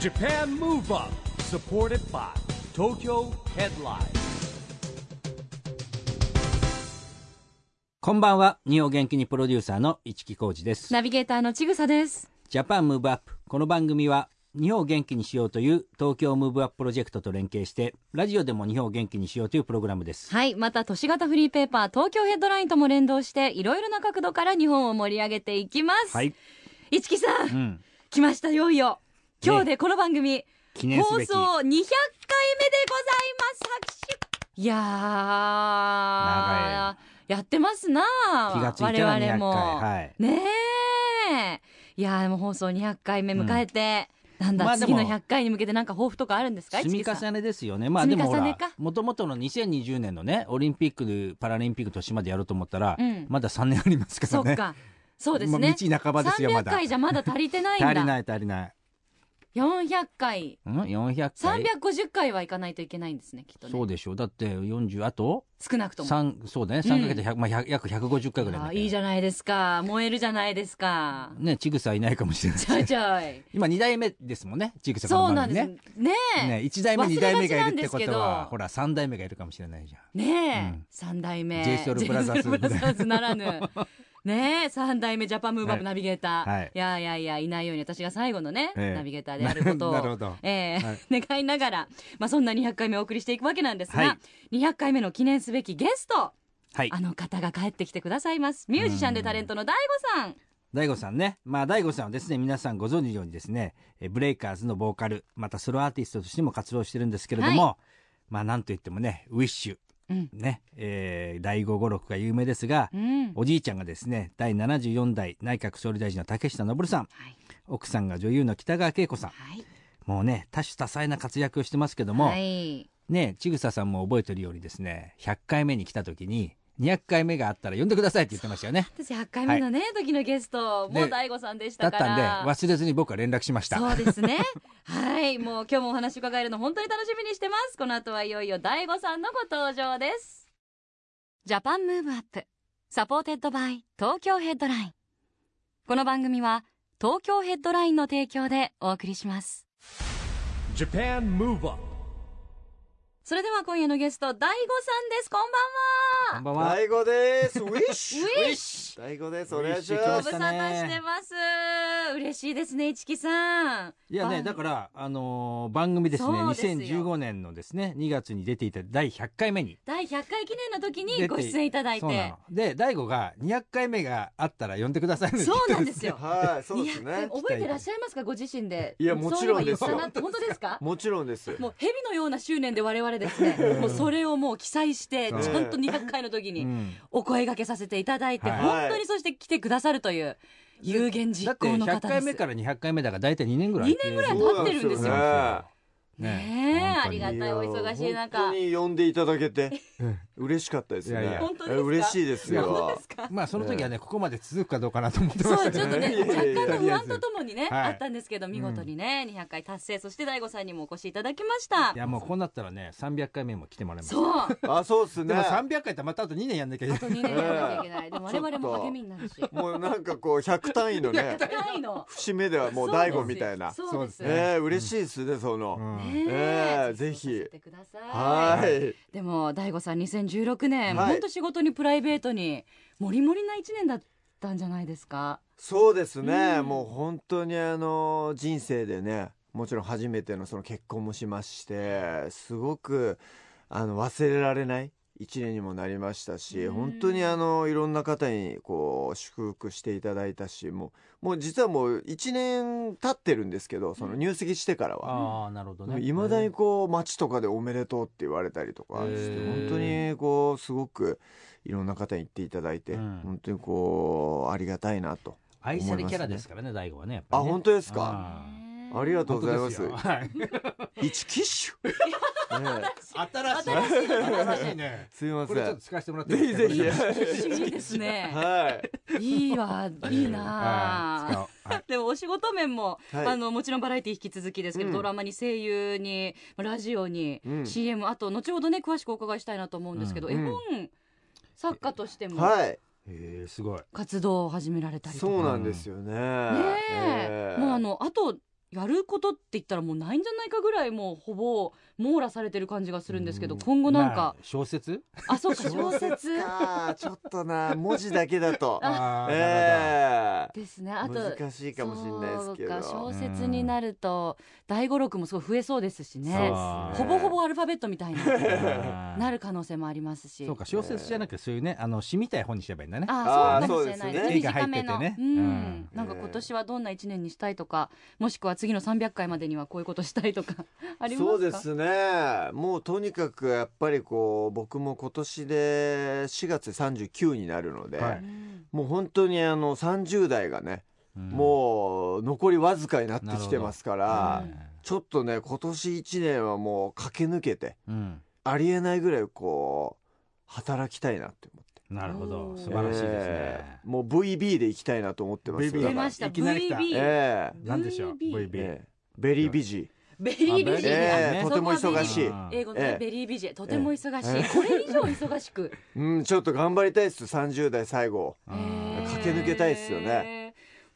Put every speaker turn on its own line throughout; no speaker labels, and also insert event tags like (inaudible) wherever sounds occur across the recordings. Japan Move Up supported by Tokyo Headline
こんばんは日本元気にプロデューサーの市木浩司です
ナビゲーターのちぐさです。
ジャパンムーブアップこの番組は日本を元気にしようという東京ムーブアッププロジェクトと連携してラジオでも日本を元気にしようというプログラムです
(laughs) はい。また、都市型フリーペーパー、東京ヘッドラインとも連動して、いろいろな角度から日本を盛り上げていきます。
はい、
一木さん、
うん、
来ました、いよいよ。今日でこの番組、
記念す
放
べき
送200回目でございます。拍手いやー、
長
やってますな
気がついたら
我々も。
200回はい
ねえ。いやー、でもう放送200回目迎えて、なんだ、
まあで
次
も
の100回に向けてなんか抱負とかあるんですか
積み
市木さん
重ねですよねまあでもほ
積み
ら
重ねか
もともとの2020年のねオリンピックパラリンピック年までやろうと思ったら、
うん
まだ3年ありますから
そっ
ね
か。そうです
まあ
ね。
道半ばですよまだ
300回じゃまだ足りてないんだ。
足りない足りない、
400回。
うん、400回
350回はいかないといけないんですね、きっとね。
そうでしょうだって40あと
少なくとも。
三そうだね3かけて100、まあ、100約150回ぐらい
あいいじ
ゃ
ゃないですか。燃えるじゃないですか。
ねちぐさいないかもしれない
(laughs) ち
(laughs)
ょいちょい。
今2代目ですもんねちぐさこ
そ
の
うな
番
んで
組
す。
ね
ねえ。
ね1代目2代目がいるってこ
忘れがちなんですけ
とは
ど
ほら3代目がいるかもしれないじゃんう
ねえ
ん。
三代目。
JSOUL ブラザーズ
JSOUL ブラザーズな
(laughs)
らぬ。ねえ、三代目ジャパンムーバッ
はい
プナビゲーター。
はい
い、やいやいや、いないように私が最後のね、
ええ
ナビゲーターであることを。
なるほど
ええ
はい
(laughs) 願いながら、まあ、そんな200回目お送りしていくわけなんですが、
はい
200回目の記念すべきゲスト、
はい
あの方が帰ってきてくださいます。ミュージシャンでタレントの DAIGO さん。
大悟さんねまあ大悟さんはですね皆さんご存知のようにですねえブレイカーズのボーカルまたソロアーティストとしても活動してるんですけれども、まあなんといってもねウィッシュ
うん。
ね、えー、第5五6が有名ですが、
うん。
おじいちゃんがですね第74代内閣総理大臣の竹下登さん
はい。
奥さんが女優の北川景子さん
はい。
もうね多種多彩な活躍をしてますけども、
はい。
ねちぐささんも覚えてるようにですね100回目に来た時に200回目があったら呼んでくださいって言ってましたよね
私100回目のね、時のゲスト、もう
で
DAIGO さんでし
だ
た
っ
から。
たんで忘れずに僕は連絡しました
そうですね。はい。もう今日もお話伺えるの本当に楽しみにしてます。この後はいよいよ大悟さんのご登場です。ジャパンムーブアップ。サポーテッドバイ東京ヘッドライン。この番組は東京ヘッドラインの提供でお送りします。
Japan Move Up
それでは今夜のゲスト、大悟さんです。こんば
こ
ん
ん
は。
ばんは
大悟です。ウィッシュ。
ウィッ
シュ。大悟です。
ウ
お
ィ
願
ッ
い
シ
し
ュ
ご
ま
無
す。
沙汰してます。嬉しいですね、市木さん。
いやね、
ば
だから、あのー番組ですね、
そうですよ
2015年のですね、2月に出ていた第100回目に
第100回記念の時
出て。
にご出演いただい
そうな
て
の。。で、大悟が200回目があったら呼んでくださいねって
そう
言っ
な
た
ん
で。
ですすよ。
はい、そうです
いや
ね。
覚えてらっしゃいますかご自身で
いやもちろんです
そう
よ
いえば言ったな本当ですか
(laughs) もちろんです。
もう蛇のような執念で我々です
(laughs)
ねもうそれをもう記載してち
そう
ゃんと200回の時
う
に
ん
お声掛けさせていただいて、
はい
本当にそして来てくださるという有言
だ
実
って
行の
100
方で
回
す
目から200回目だから大体2年ぐらい。
2年ぐらい
経ってる
そう
んですよ
なんですよ
ねえ
本当
あ
に
りがたいお忙しい中
本当に呼んでいただけて嬉しかったです
いやい
ね
や。
本当です
え
か
嬉しいです
本当
よ
です。か
まあ、その時はね、ここまで続くかどうかなと思ってまし
そ
た
う
け
ちょ
ど
っと
ね。
ね
いやいやいや
若干の不安とともに
は
ね、
い
あったんですけど見事にね、200回達成そして大悟さんにもお越しいただきまし
い
た
や、もうこうなったらね、300回目も来てもらいます。
そう
あ、そうです
で
ね
も。300回ってまたあと2年やんなきゃいけない
あと。2年やらなきゃいけない
(laughs)
でも我々も励みになるし
もうなんかこう百単位のね、
ないの
節目ではもう大悟みたいな。
そうです
そうです
ね
ええ嬉しいですねその。
うん
え
えぜひ
そうさせてください
はい。
でも大悟さん2016年
はい
本当仕事にプライベートにもりもりな一年だったんじゃないですか
そうですね、もう本当にあの人生でねもちろん初めてのその結婚もしましてすごくあの忘れられない一年にもなりましたし、
うん
本当にあのいろんな方にこう祝福していただいたしもうもう実はもう一年経ってるんですけどその入籍してからは。
ああ、なるほどね。
いまだにこう街とかで「おめでとう」って言われたりとか
へ
して
ー
本当にこうすごくいろんな方に言っていただいて、
うん
本当にこうありがたいなと
愛されキャラですからね、大悟はね。やっぱ
あ、
りね
本当です
う
か。
ん
ね
ありがとうございま
本
す。
当でよはい
一キッシュ。
(laughs)
ねえ
新しい
新しい
新しいね
すみま
こ
せ
れちょっ
ん
と。使わせてもらってい
ぜ
い
ひぜ
ですか
不思
ひ。
議ですね
はい。
いいわいい
はい
な
使
あ
おうはい
でもお仕事面も、
はい
あのもちろんバラエティ引き続きですけど、
うん
ドラマに声優にラジオに、
うん
CM あと後ほどね詳しくお伺いしたいなと思うんですけど、
うん
絵本作家としても
はい。
へえすごい
活動を始められたりとか、
そうなんですよね。
ねえ、もうあのあとやることって言ったらもうないんじゃないかぐらいもうほぼ網羅されてる感じがするんですけど
うん
今後なんか
まあ、小説
あそうか小説
かちょっ
(laughs)
とな文字だけだと
あー
ええ
ですねあと
難しいかもしれないですけど
そうか小説になると第五録もすごい増えそうですし
なる
ね
ほど
ほぼほぼアルファベットみたいな
あー
なる可能性もありますし
そうか小説じゃなくてそういうねあの詩みたいな本にすればいいんだね
あ
あ
あ
ー
そうかもしれないです
そう
ね
ですね
短めの
絵が入ってて
う
ね
ん
う
なんか今年はどんな一年にしたいとかもしくは次の300回までにはこういうことしたいとかありますか
そうですねもうとにかくやっぱりこう僕も今年で4月39になるので、
はいう
もう本当にあの30代がね、
うん
もう残りわずかになってきてますか
なる
ら
ほどうん
ちょっとね今年1年はもう駆け抜けて
うん
ありえないぐらいこう働きたいなって思って
なるほ
お
ど
ー
素晴らしいですね、
ええもう VB で行きたいなと思ってますよ
VB
だ
出
から
ました
いきなり来た
VB
ええ
なんでしょう
VB
VB、
ええベリービジー
ベリービジー
ええ
あ
とても
そこはベリー
忙しい
あー
英語のね
ええ
ベリービジーとても忙し
え
いこれ以上忙し
(laughs)
く
うんちょっと頑張りたいです30代最後
あー
え駆け抜けたいっすよね
えー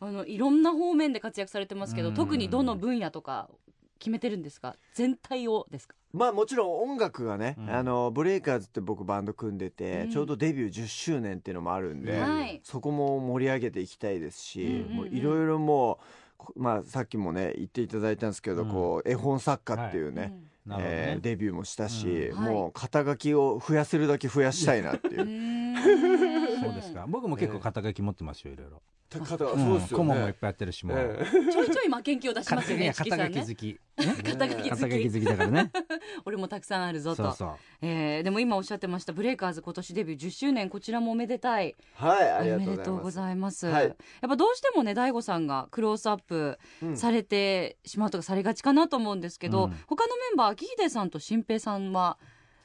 あのいろんな方面で活躍されてますけど
うん
特にどの分野とか決めてるんですか全体をですか
まあもちろん音楽がね、
うん
あのブレイカーズって僕バンド組んでて、
うん
ちょうどデビュー10周年っていうのもあるんで、
はい
そこも盛り上げていきたいですし、
うんうんうん
もういろいろもうこまあさっきもね言っていただいたんですけど、
うん
こう絵本作家っていうね、
なるほどね
えーデビューもしたし、
うん
はい
もう肩書きを増やせるだけ増やしたいなっていう
(laughs)
う。
ん
そうですか僕も結構肩書き持ってますよいろいろ
た肩が
ん顧問もいっぱいやってるしもう、
ええ
(laughs) ちょいちょい負けん気を出しますよ
い
ね
や
チキさ
肩書
ん
き
ね
好き
肩書き
肩書
好
き
き
好きだからね
俺もたくさんあるぞと
(laughs) そうそう
えーでも今おっしゃってましたブレイカーズ今年デビュー10周年こちらもおめでたい
はい、あり
お
がと
めで
うござい
とう
ま
ご
す。
ざいます、
はい
やっぱどうしてもね大悟さんがクローズアップ
うん
されてしまうとかされがちかなと思うんですけど、
うん
他のメンバー秋秀さんと新平さんは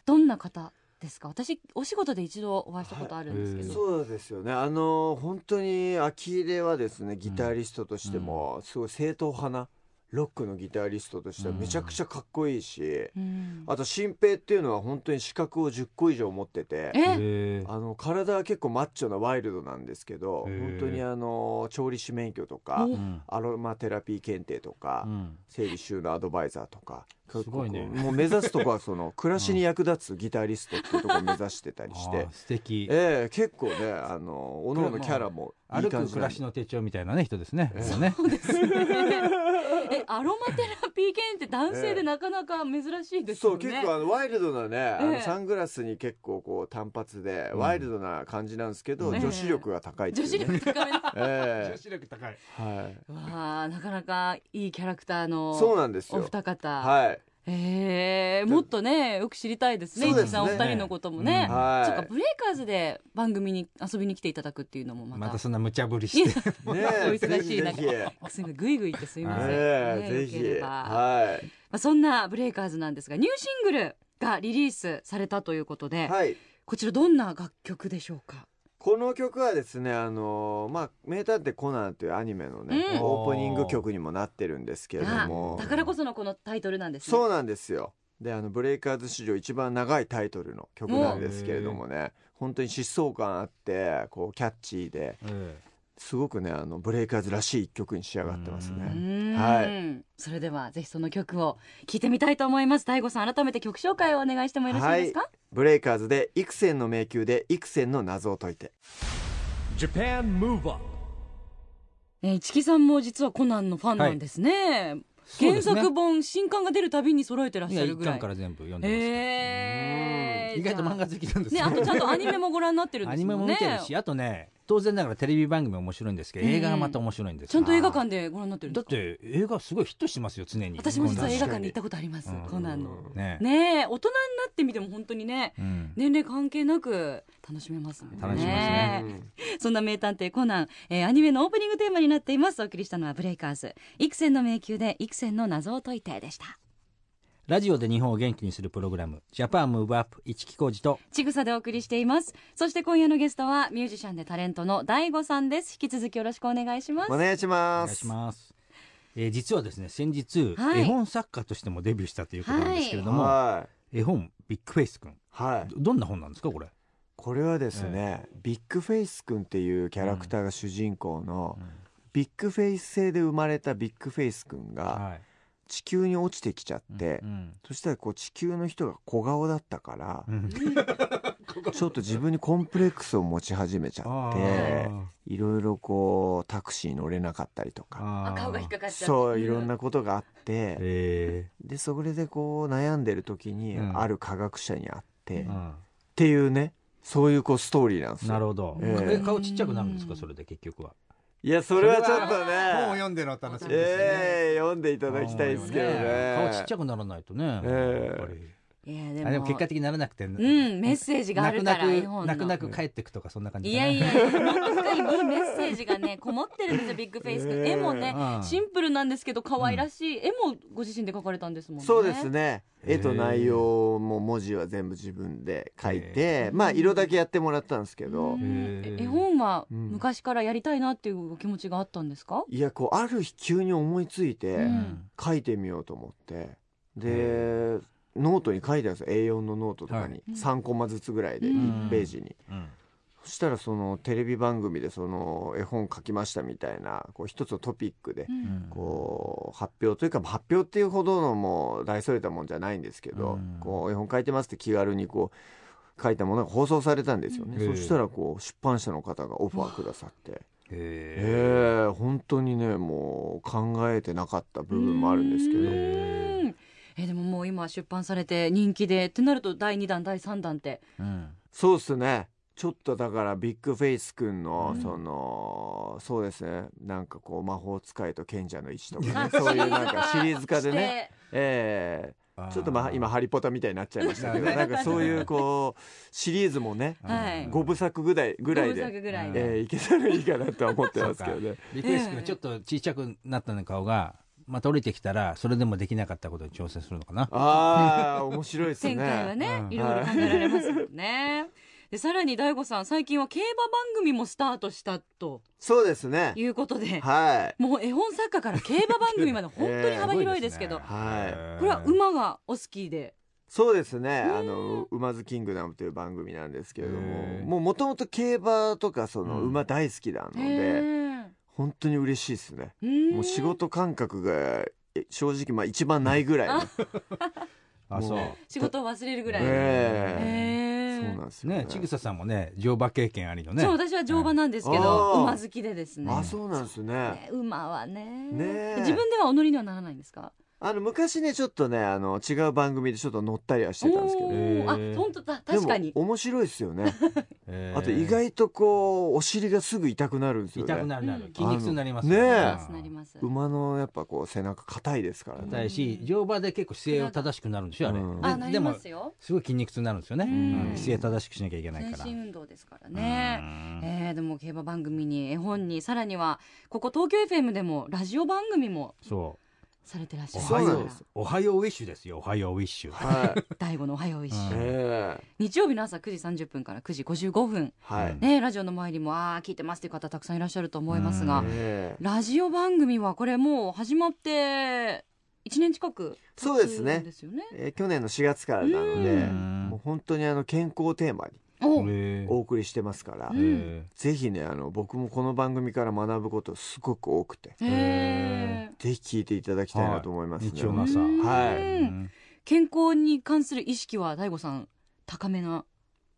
どんな方ですか私お仕事で一度お会いしたことあるんですけど、
そうですよねあの本当に秋入れはですねギタリストとしてもすごい正統派なロックのギタリストとしてはめちゃくちゃかっこいいし、
うん
あと新平っていうのは本当に資格を10個以上持ってて
え
へー
あの体は結構マッチョなワイルドなんですけど
へー
本当にあの調理師免許とか
お
うん
アロマテラピー検定とか、
うん
整理収納アドバイザーとか
すごいね
こうもう目指すとこはその暮らしに役立つギタリストっていうところを目指してたりし
あ
て
ー。素敵
ええ結構ねあのおののキャラもい
歩
い感
く
じ
暮
な
ら
んで
しの手帳みたいなね人ですね。
ええ
そうね。
(laughs) えアロマテラピー犬って男性でなかなか珍しいです
そ
よ
う
ね、
結構あのワイルドなね、あ
ええ
のサングラスに結構こう単発で、
うん
ワイルドな感じなんですけど、
ええ
女子力が高いってい
女
う、ね、
子力高め (laughs) な
え
子力高い。
えはい、
わあなかなかいいキャラクターの
そうなんです
お
よ
二方、
はい
えー、もっとねよく知りたいですね
そうで
一
すね
さんお二人のこともね、
うん
はい
そっかブレイカーズで番組に遊びに来ていただくっていうのもまた
またそんな無茶ぶり (laughs) して。
ね
お忙しい
ぜ
中
ひぜ
すみませんグイグイってすみ
ひ
ません、
ええ
ね
ぜ
よけ
ひ
れば
はい
まあ、そんなブレイカーズなんですがニューシングルがリリースされたということで、
はい
こちらどんな楽曲でしょうか
この曲はですね「あのまあ、名探偵コナン」というアニメのね、
うん
オープニング曲にもなってるんですけれど
あ
も
だからこそのこのタイトルなんですね
そうなんですよであのブレイカーズ史上一番長いタイトルの曲なんですけれどもね本当に疾走感あってこうキャッチーで
うん
すごくねあのブレイカーズらしい一曲に仕上がってます
う
ね。
ーん
は
それではぜひその曲を聴いてみたいと思います大悟さん改めて曲紹介をお願いしてもよろしいですか、
ブレイカーズで「幾千の迷宮」で幾千の謎を解いて
Japan Move Up
えー、市木さんも実はコナンのファンなんですね、
そうで
原
すね
作本新刊が出るたびに揃えてらっ
い
し
や
ゃる
一
ぐら
巻
い
から全部読んでますけ
へ
ど。意外と漫画好きなんです
ね
よ
あとちゃんとアニメもご覧になってるん
ア
で
ニ
す
メ
も
も
ん
見
ね
てるし、あとね、当然ながらテレビ番組も面白いんですけど、
うん
映画がまた面白いんです
ちゃ
よ
んと映画館でご覧になってるん
だ
で
っ
すか
て映画すごいヒットしてますよ、常に。
私も実は映画
確か
館
に
に行ったことあります
うん
コナンの
ね。
ねえ大人になってみても本当にね
うん
年齢関係なく楽しめますもんね
楽しめますね
そんな名探偵コナン、えーアニメのオープニングテーマになっていますお送りしたのはブレイカーズ幾千の迷宮で幾千の謎を解いてでした
ラジオで日本を元気にするプログラム、ジャパンムーブアップ、一木工事と、
ちぐさでお送りしていますそして今夜のゲストはミュージシャンでタレントの大悟さんです引き続きよろしくお願いします
お願いし
お
ま
願い
す
します。えー実はですね、先日、
はい
絵本作家としてもデビューしたということなんですけれども、
は
絵本、ビッグフェイス君。
い、はい、
どどんな本なんですか、これ。
これはですね、ビッグフェイス君っていうキャラクターが主人公のビッグフェイス星で生まれたビッグフェイスくんが
は
地球に落ちてきちゃっ
い。
て、
うん
そしたらこう地球の人が小顔だったから (laughs)
う、ん
ちょっと自分にコンプレックスを持ち始めちゃ
あ
って
ー
いろいろこうタクシー乗れなかったりとか
あー
顔が引っかかっちゃう
そういろんなことがあって
え
でそれでこう悩んでる時に
うん
ある科学者に会って、
え
っ
うん
ていうねそういうこうストーリーなんです
なる
よ。
ほど。
ええ
え顔ちっちゃくなるんですかそれで結局は。
いやそれはちょっ
そ
と
れは
本を
ね
読んでのお楽しみですね、
ええ読んでいただきたいですけどね。
顔ちっちゃくならないとね。やっ
え
ぱり
いやで
あ
も
でも結果的にならなくて。うん
うんメッセージがあるから絵
泣く
本の
泣く泣く帰ってくとかそんな感じ
い
かな
やいや、深いいいメッセージがね、こもってるんですよ、ビッグフェイス君。
ええ
絵もね
う、ん
シンプルなんですけど、可愛らしい。絵もご自身で描かれたんですもんね。
そうです。ね
へー
絵と内容も文字は全部自分で書い
へ
てまあ色だけやってもらったんですけど、
へえ
絵本は
うん
昔からやりたいなっていうお気持ちがあったんですか
いやこうある日急に思いついて
うん
書いてみようと思って
へ
でノートに書いてあるんですよ A4 のノートとか
は
に
うん
3コマずつぐらいで
うん
1ページに。
うん
そしたらそのテレビ番組でその絵本書きましたみたいなこう一つのトピックで
うん
うん
こう発表というか発表っていうほどのもう大それたもんじゃないんですけ
う
ど、
ん
こう絵本書いてますって気軽にこう書いたものが放送されたんですよね、
うん
そしたらこう出版社の方がオファーくださってえ
へ
え本当にねもう考えてなかった部分もあるんですけ
え
ど、
へ
うんえでももう今出版されて人気でってなると第2弾第3弾って
えうん
そうっすねちょっとだからビッグフェイスくんの
うん
その、そうですねなんかこう魔法使いと賢者の石
(laughs)
とかねそういうなんかシリーズ化でねええ
あー
ちょっとまあ今「ハリポタ」みたいになっちゃいましたけどなんかそういうこうシリーズも (laughs) ね
はい
5部作ぐらいぐ
ぐ
ら
ら
い
いで
で、
ぐらいで、
えーいけたらいいかなとは思ってますけどね。
リクエストがちょっと小さくなったの顔がまた降りてきたらそれでもできなかったことに挑戦するのかな。
ああ面白いです
前回は
ね。
ね、
うん
いろいろ考えられますもんね。でさらに大悟さん最近は競馬番組もスタートしたと
そうですね。
いうことで、
はい。
もう絵本作家から競馬番組まで本当に幅広いですけど、
ね
はい
へえ
これは馬がお好きで、
そうですね。あの「う馬ズキングダム」という番組なんですけれど
へー
も、もうもともと競馬とかその
うん
馬大好きなので、本当に嬉しいですね。も
も
う仕事感覚がえ正直まあ一番ないぐらいの。
あそう。
も
仕事を忘れるぐらい。
ええ
へ
そう
ー
なんですよ
ね
ね。
ちぐささんもね乗馬経験ありのね。
そう私は乗馬なんですけ
あ
ど、
ー
馬好きでですね。
あそうなんですね。
ね馬はね
ねえ
自分ではお乗りにはならないんですか。
あの昔ねちょっとねあの違う番組でちょっと乗ったりはしてたんですけど、
お
ね、
ーあ本当だ確かに
で。も面白いですよね。
へえ
あと意外とこうお尻がすぐ痛くなるんですよね。
痛くなるなる
うん
筋肉痛になります
あ
な
の
り
ね
ますなります。
馬のやっぱこう背中硬いですからね。
硬いし乗馬で結構姿勢を正しくなるんでしょあれ、
うん
で
あなり
でも
ますよ。
すごい筋肉痛になるんですよね、
うん
うん姿勢正しくしなきゃいけない
全
から
身運動ですから
う
ね。
ん
えー、でも競馬番組に絵本にさらにはここ東京 FM でもラジオ番組も
そ
されてらっし
うお
ゃる
は
そうな
よ
ん
う
です
おはようウィッシュですよおはようウィッシュ
はい。
大悟のおはよう一
(laughs) う
緒
ん
ええ
日曜日の朝9時30分から9時55分
は
う
い
ん。
ねラジオの前にもああ聞いてますっていう方たくさんいらっしゃると思いますが、
うん
ええ
ラジオ番組はこれもう始まって1年近く
そうですね
経つんですよね
えー去年の4月からなの
う
で、
ん
もう本当にあの健康テーマに
お
へえ
お送りしてますから、
うん
へ
ぜひねあの僕もこの番組から学ぶことすごく多くて、
へえ
ぜひ聞いていただきたいなと思いますね。
はい日曜の朝
はい
え
うん健康に関する意識は大悟さん高めな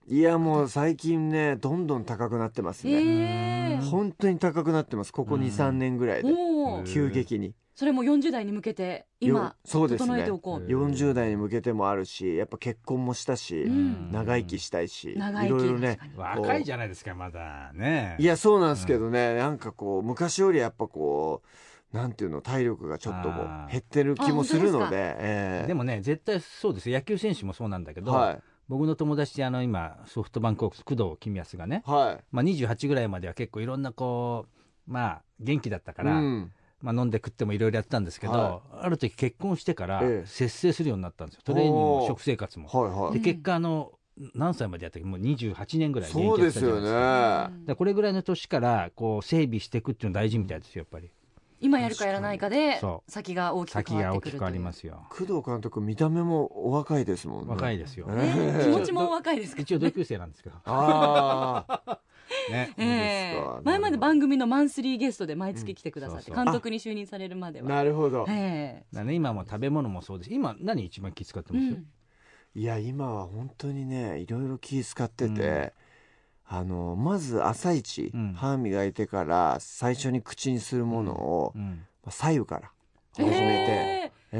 い
やもう最近ねどんどん高くなってますね、
へえ
本当に高くなってますここ
うん
23年ぐらいで
おお
へえ
急激に
それも40代に向けて今
よそうですね
整えておこう
へえ
40代に向けてもあるしやっぱ結婚もしたし
ん
長生きしたいし
長
い
生
ろい
き
ろね
確かに
若いじゃないですかまだね
いやそうなんですけどねなんかこう昔よりやっぱこうなんていうの体力がちょっとこ
あー
う減ってる気もする
あ
の
本当
で
で
ええ
でもね絶対そうですよ野球選手もそうなんだけど、
は
僕の友達であの今ソフトバンクホークス工藤公康がね
い、は
まあ、28ぐらいまでは結構いろんなこうまあ元気だったか
い、
ら、
うん
まあ、飲んで食ってもいろいろやってたんですけど、
は
ある時結婚してから
ええ
節制するようになったんですよトレーニング
お
も
ー
食生活も。
はいは
で
い
うん
結果あの何歳までやったっけもう28年ぐらい現
そう
役や
で
って
す
たじゃな
よ
いか
ね
だからこれぐらいの年からこう整備していくっていうの大事みたいですよやっぱり
今やるかやらないかで
そ
先が大きく
先
変わ
が
って
大
く
き
る
く変わりますすよ
工藤監督見た目もお若いですもんね
若いですよ
ええ
気持ちも若いですから
一応同級生なんですけど
ああ
ね。
ええ
そうですか
前まで番組のマンスリーゲストで毎月来てくださって、
うんそうそう
監督に就任されるまでは。
なるほど、
え
だね今も食べ物もそうです今何一番気遣って
え
ます、
うん
いや今は本当にねいろいろ気使ってて、
うん
あのまず朝一、
うん
歯磨いてから最初に口にするものを、
うん
まあ左右から始めて、
ええ
え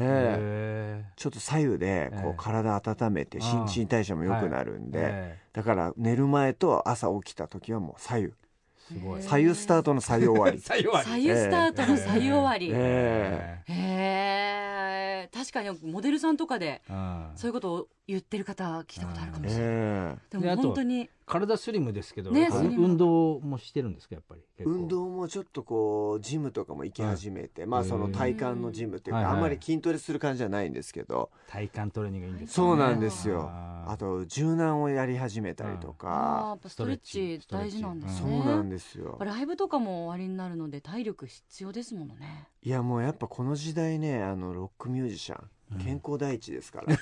え
へえ
ちょっと左右でこ
ええ
う体温めて
あ
新
あ
陳代謝も良くなるんで、
え
だから寝る前と朝起きた時はもう左右
えすごい
え
左右スタートの左右終わ
(laughs)
り
左右は
左右スタートの左右終わり。
ええ
へえ確かにモデルさんとかで
うん
そういうことを言ってる方聞いたことあるかもしれない、
ええ
うん
で
であ
も
と
本当に
体スリムですけど、
ね
やっぱ
ス
リム
運動もしてるんですかやっぱり結構
運動もちょっとこうジムとかも行き始めて、まあその体幹のジムっていうか、
うんはいはい
あんまり筋トレする感じじゃないんですけど、
体幹トレーニングがいいんですよね
そうなんですよ
あー
あと柔軟をやり始めたりと
あーや
か、
っぱストレッチ
ストレッ
大
チ
事なんです
そう
ね
なんですよ、
ライブとかも終わりになるので体力必要ですものね (laughs)
いやもうやっぱこの時代ねあのロックミュージシャン健康第一で
(laughs)
すから、え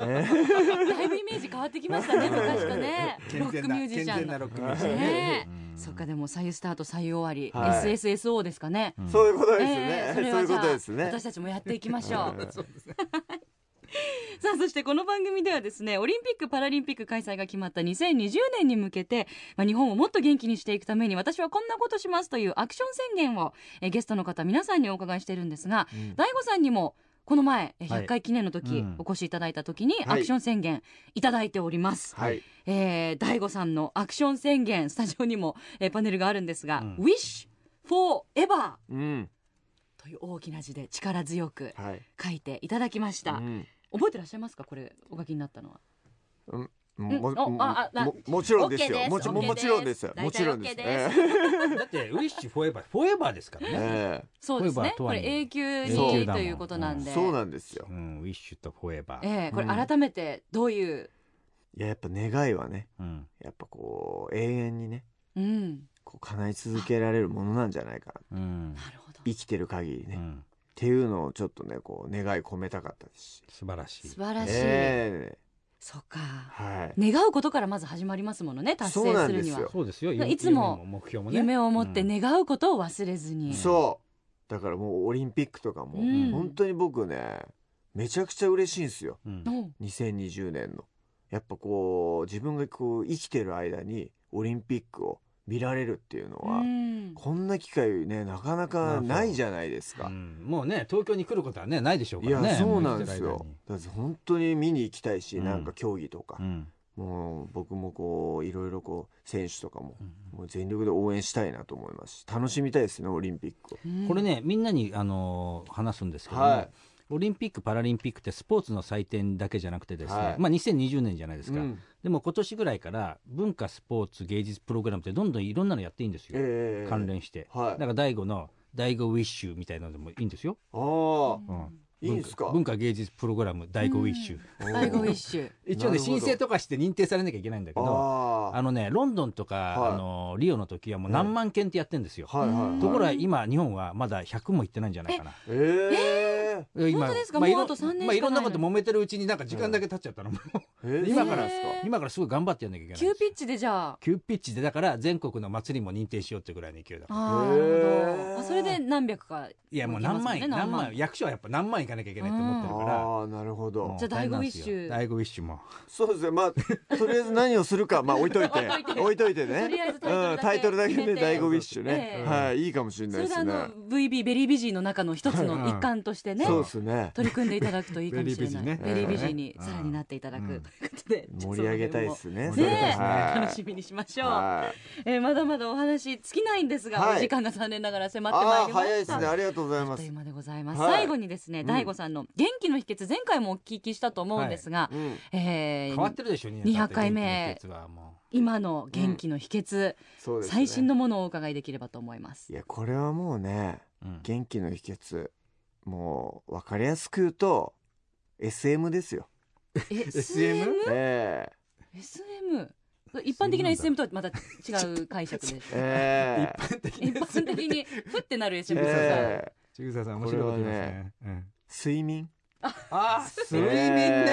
え
だいぶイメージ変わってきま
(laughs)
したね昔とねロックミュージシャンの
ロックミュージシャン
ね
うん
そっかでも左右スタート左右終わり、
はい
SSSO ですかね、
うん
そういうことですね、
ええ
そう
れは
いう
じゃ
こ
あ
とですね
私たちもやっていきましょう (laughs)
うんそう
さあそしてこの番組ではですねオリンピック・パラリンピック開催が決まった2020年に向けて、まあ、日本をもっと元気にしていくために私はこんなことしますというアクション宣言をえーゲストの方皆さんにお伺いしてるんですが
うん
大悟さんにもこの前えー
はい
100回記念の時、
うん
お越しいただいた時に
は
ア
い
クション宣言いただいております、
はい
えー、大悟さんのアクション宣言スタジオにも、えーパネルがあるんですが「
うん
Wish for ever
うん」
という大きな字で力強く
はい
書いていただきました、
うん
覚えてらっしゃいますかこれお書きになったのは
も
うんお
も
ああ
ももちろんです
オッケーで
よ
す
もちも
オッケー
もちろんですよ
です
もちろんで
大
す
体オッ
え
だってウィッシュフォーエバーフォーエバーですから
え
ね、
え
そうですね。
フォーエバーとは
こ
ね
れ永久
そう
にということなん
え
で。
そうなんですよ
うん、ウィッシュとフォーエバー、
ええこれ
うん
改めてどういう、
いややっぱ願いはね
うん、
やっぱこう永遠にね
うん、
こう叶い続けられるものなんじゃないかな
うん
なるほど。
生きてる限りね、
う
っ
ん、
ていうのをちょっとねこう願い込めたかったですし
素晴らしい
素晴らしい。
ええ
そうか。
はい、
願うことからまず始まりますものね。達
そう
成
な
す
ん
る
で
に
す
は。
よ
そうですよ
いつも
夢目標もね
夢を持って
うん
願うことを忘れずに。
そうだからもうオリンピックとかも、
うん
本当に僕ねめちゃくちゃ嬉しいんですよ
うん
うん
2020年のやっぱこう自分がこう生きてる間にオリンピックを見られるっていうのは、
うん
こんな機会ねなかなかないじゃないです
う
か、
んもうね東京に来ることはねないでしょうか
い
ら
や、
ね
そうなんです
も
よ
う生きてる
だって本当に見に行きたいし、
うん
なんか競技とか
間に、うん
もう僕もこういろいろこう選手とかも
うん
もう全力で応援したいなと思いますし楽しみたいですねオリンピックを。
うん
これねみんなに、あのー話すんですけども、
はい
オリンピック・パラリンピックってスポーツの祭典だけじゃなくてですね、
はい
まあ、2020年じゃないですか、
うん
でも今年ぐらいから文化スポーツ芸術プログラムってどんどんいろんなのやっていいんですよ、
ええ
関連して、
はい
だから第5の第5ウィッシュみたいなのでもいいんですよ、
ああ
うん
いいんですか
文化文化芸術プログラム第5ウィッシュ、
最後一周。
一応
な
ね
るほど
申請とかして認定されなきゃいけないんだけど
ああ
あのねロンドンとか、
はい
あのーリオの時はもう何万件ってやってんですよ、
はいはいはい
ところが今日本はまだ100もいってないんじゃないかな
ええ
え今
本当ですか
まあ
も
い
う
ろ
あと三年しかないのに
まあいろんなこと揉めてるうちになんか時間だけ経っちゃったの、もう
えー
今
そう
から
なんですか
今からすごい頑張ってやんなきゃいけないん
急
です
ピッチでじゃあ。
急ピッチでだから全国の祭りも認定しようってぐらいの勢いだから
あーな
へ
る
ー
ほどあ。それで何百か。
いやもう
動きま
何
す
万円、
ね
何万円役所はやっぱ何万円いかなきゃいけないと思ってるから、
ああなるほど
もう
じゃあ
大変なんですよ
第五
第五ウ
ウィッシュ
ィッシュも
そうですねまあとりあえず何をするかまあ置いと
(laughs)
いて置いといてね
とりあえず
うん
タ
タ
イ
イ
ト
ト
ル
ル
だ
だ
け
け
決めて
ね第五ウィッシュね
ええ
はいいいかもしれ
そ
ない
れ
で
ですあ
ね
の VB ベリービジーの中の一つの一環としてね。
そうですね
取り組んでいただくといいかもし
ベリー
れない
ビジね
ベリービジーに
うん
さらになっていただく
うん
ということで、ちょっと
盛り上げたいですね
そ
盛
の
り上げたいで
辺
すね
もねえ
はい
楽しみにしましょう、
はい
えーまだまだお話尽きないんですが、
はい
お時間が残念ながら迫ってま
あ
い
あ
りました
早いですねありがとうござい
あ
ま
っとい
す
う間でございます、
はい
最後にですね大悟さんの元気の秘訣前回もお聞きしたと思うんですが、
うん
えー
変わってるでしょ2
200回目
はも
今の元気の秘訣、
そうですね
最新のものをお伺いできればと思います
いやこれはもうね
う、うん
元気の秘訣もう分かりやすく言うと SM ですよ。
え
SM？
え
SM 一般的な SM とはまた違う解釈で
(laughs) えええ
一般 (laughs) 的に
一般的にふってなる SM
般的
さん、
ええ
ちぐささん面白いこと言いますねうん
睡眠
あー睡眠ね、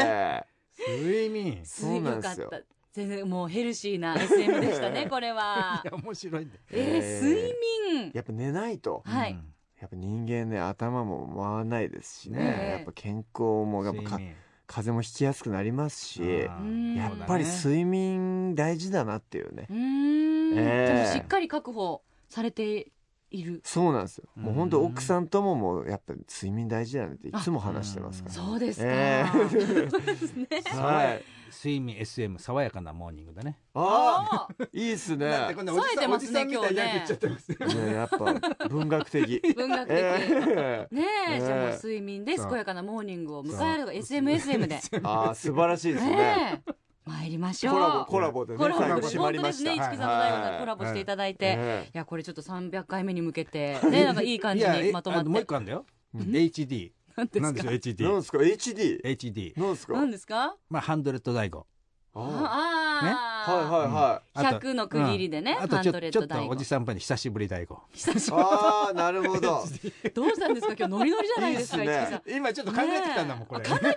ええ
睡眠
すご
そうな
か
ん
った
ですよ
全然もうヘルシーな SM でしたね
(laughs)
これはい
や面白いんだよ
えー、睡眠
やっぱ寝ないと
はい
うん
やっぱ人間ね頭も回らないですしね
ねえ
やっぱ健康もやっぱか
睡眠
風邪もひきやすくなりますし
あ
や
う
ー
んや
っぱり
そうだね
睡眠大事だなっていうね
うーん、
えー
ちゃんとしっかり確保されている
そうなんですよもう本
う
当
ん
奥さんとももうやっぱ睡眠大事だねっていつも話してますから
そうですか、
えー
そうですね
はい
睡眠 SM 爽やかなモーニングだね
あ
ああいいっすね
だってこんなおじさんお
冴えてますね
じさんみたいに
今日ね
言っちゃってますよ
ねやっぱ文
(laughs)
学的
ー文学的、
ええ
ねえ、
ねえ
じゃあもう睡眠で
そう
健やかなモーニングを迎えるのが SMSM で。
ああ素晴らしいですね
ねえ、参りまし
コ
ょう。
ラボコラボでね
コラボ
最後
で
締ま
本
り
当
ま
で
し
す
た
ね、市
はい
木さんの大悟さんコラボしていただいて。い
ええ
や、これちょっと300回目に向けて、ね、なんかいい感
い
じ
やえ
にまとま
あ
っ
のもう
て
一。個あるんだよ HD
何
なん
で
ですしょ
か
う HD
なんですか HD
HD
なんですか
何ですか
まあハンドレッド大悟
あ
あ
あ
あ、
はいはい
(laughs)
はい
あと
100の区切りでね
うんあとちょ
ハンドレッ
ちょ
ド
っ
大
と
悟
おじさんっぽいに久しぶり大
(laughs)
悟
久しぶ
ああなるほど
り。どうしたんですか今日ノリノリじゃないですか、
い
市
いっ
木
すね
さん。
今ちょっと考
考
え
え
て
て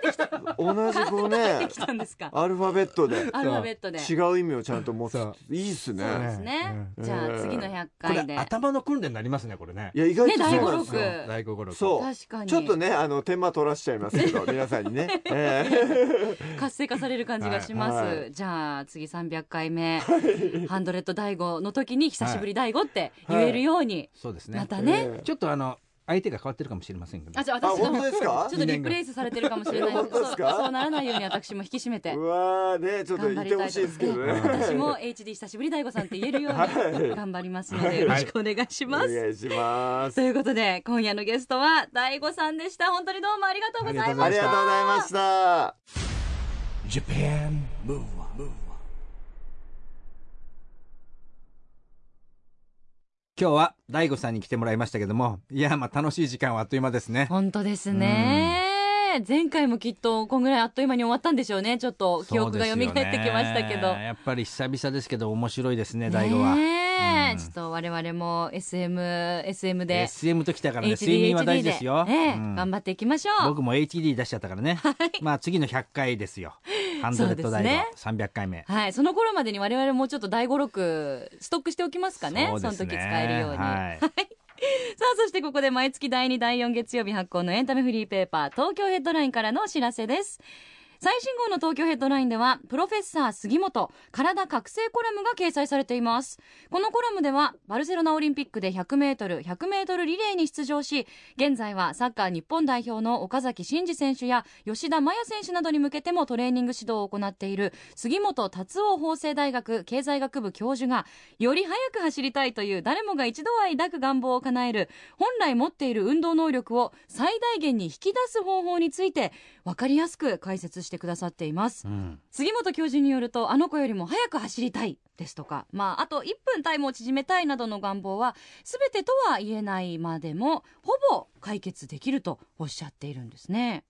き
き
た
た
ん
ん
だ
だ
も
も
んこれ
んこれ
同じこ
(laughs)
うね
来たんですか
アルファベットで
アルファベットで。
違
そう
意味をちゃんと持つ
そ
いいっす
そう
で
ね
すね。じゃあ次の100
これ
回で。
頭の訓練になりますねこれね
いや意外と
ね
そう
大
な
大
五六
んですよ
悟五六
そう
確かに。
ちょっとねあの手間取らしちゃいますけ
(laughs)
ど皆さんにね、え
活性化される感じがします、
はいは
じゃあ次300回目ハンドレッド大悟の時に久しぶり大悟って言えるように、
そうですね
また
え
ね、
ええ
ちょっとあの相手が変わってるかもしれませんけど
あじゃあ
あ
私が
本当ですか
ちょっとリプレイスされてるかもしれない
え本当
そ
です
う
か
そうならないように私も引き締めて
うわーねちょっと
頑
い
張り
て
た
ほ
い
しいですけどね
ええ
(laughs)
私も HD 久しぶり大悟さんって言えるように頑張りますのでよろしくお願いし
お
ます、
願いします
ということで今夜のゲストは大悟さんでした本当にどうもありがとうございました
ありがとうございました。
Japan Move Up 今日は大悟さんに来てもらいましたけどもいやまあ楽しい時間はあっという間ですね
(laughs) 本当ですね。前回もきっとこんぐらいあっという間に終わったんでしょうね。ちょっと記憶が蘇ってきましたけど。
やっぱり久々ですけど面白いですね大悟は、
ね
うん
え、ちょっと我々も SM、SM で、
SM ときたからね
HD
睡眠は大事ですよ、
HD でねえ
うん
頑張っていきましょう。
僕も HD 出しちゃったからね、まあ次の100回ですよハンドレッド大
そう
悟
で
300回目
はい、その頃までに我々もちょっと第五録ストックしておきますかね。その時使えるように。 (laughs)
はい
さあ、そしてここで毎月第2、第4月曜日発行のエンタメフリーペーパー、東京ヘッドラインからのお知らせです。最新号の東京ヘッドラインでは、プロフェッサー杉本、体覚醒コラムが掲載されています。このコラムでは、バルセロナオリンピックで100メートル、100メートルリレーに出場し、現在はサッカー日本代表の岡崎慎司選手や吉田麻也選手などに向けてもトレーニング指導を行っている杉本達夫法政大学経済学部教授が、より早く走りたいという誰もが一度は抱く願望を叶える、本来持っている運動能力を最大限に引き出す方法について、わかりやすく解説してくださっています。
うん
杉本教授によるとあの子よりも早く走りたいですとか、まあ、あと1分タイムを縮めたいなどの願望は全てとは言えないまでもほぼ解決できるとおっしゃっているんですね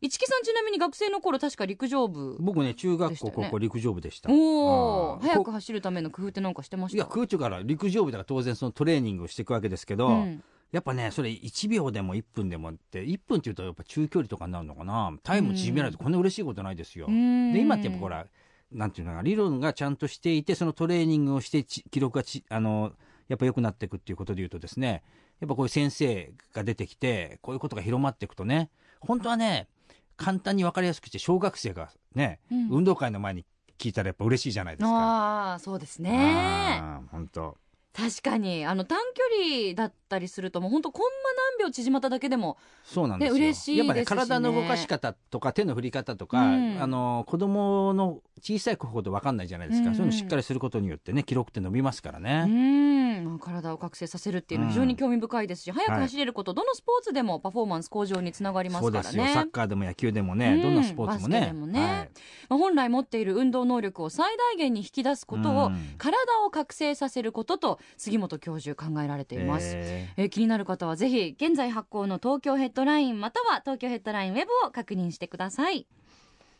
一木さんちなみに学生の頃確か陸上部
僕ね中学
でした
校
よね
高校陸上部でした
お
う
お
ん
早く
こ
走るための工夫ってなんかしてま
い
し
や
た
空中から陸上部だから当然そのトレーニングをしていくわけですけど、
うん
やっぱねそれ1秒でも1分でもって1分っていうとやっぱ中距離とかになるのかなタイム縮めないとこんな嬉しいことないですよ、
うん
で今ってやっぱほらなんていうのかな理論がちゃんとしていてそのトレーニングをしてち記録がちあのやっぱ良くなっていくっていうことで言うとですねやっぱこういう先生が出てきてこういうことが広まっていくとね本当はね簡単に分かりやすくして小学生がね、
うん
運動会の前に聞いたらやっぱ嬉しいじゃないですか。
ああそうですね
あー本当
確かにあの短距離だったりするともう本当コンマ何秒縮まっただけでも
そうなんですよ。
ね嬉しい
やっぱね、
ですしね
体の動かし方とか手の振り方とか、
うん
あの子供の小さい子ほど分かんないじゃないですか、
うん
そういうのしっかりすることによってね記録って伸びますから
う
ね。
んまあ体を覚醒させるっていうのは非常に興味深いですし、早く走れること、どのスポーツでもパフォーマンス向上につながりま
そ
す
う
か
で
ら
すよサッ。
ね
カーでも野球でもね、
うん
どんなスポーツもね
バスケでもね
はい
まあ本来持っている運動能力を最大限に引き出すこと
う
を
ん
体を覚醒させることと杉本教授考えられています。
え
えー気になる方はぜひ現在発行の東京ヘッドラインまたは東京ヘッドラインウェブを確認してください。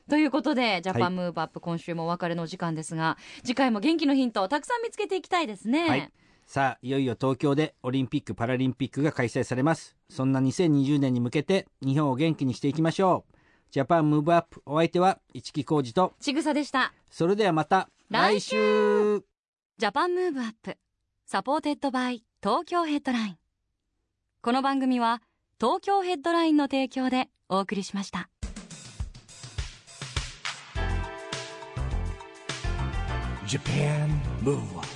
ということでジャパンムーブアップ今週もお別れのお時間ですが次回も元気のヒントをたくさん見つけていきたいですね。
ーはいさあいよいよ東京でオリンピック・パラリンピックが開催されますそんな2020年に向けて日本を元気にしていきましょうジャパンムーブアップお相手は市木浩二と
ちぐさでした。
それではまた
来週
週
ジャパンムーブアップサポーテッドバイ東京ヘッドラインこの番組は東京ヘッドラインの提供でお送りしました
Japan Move Up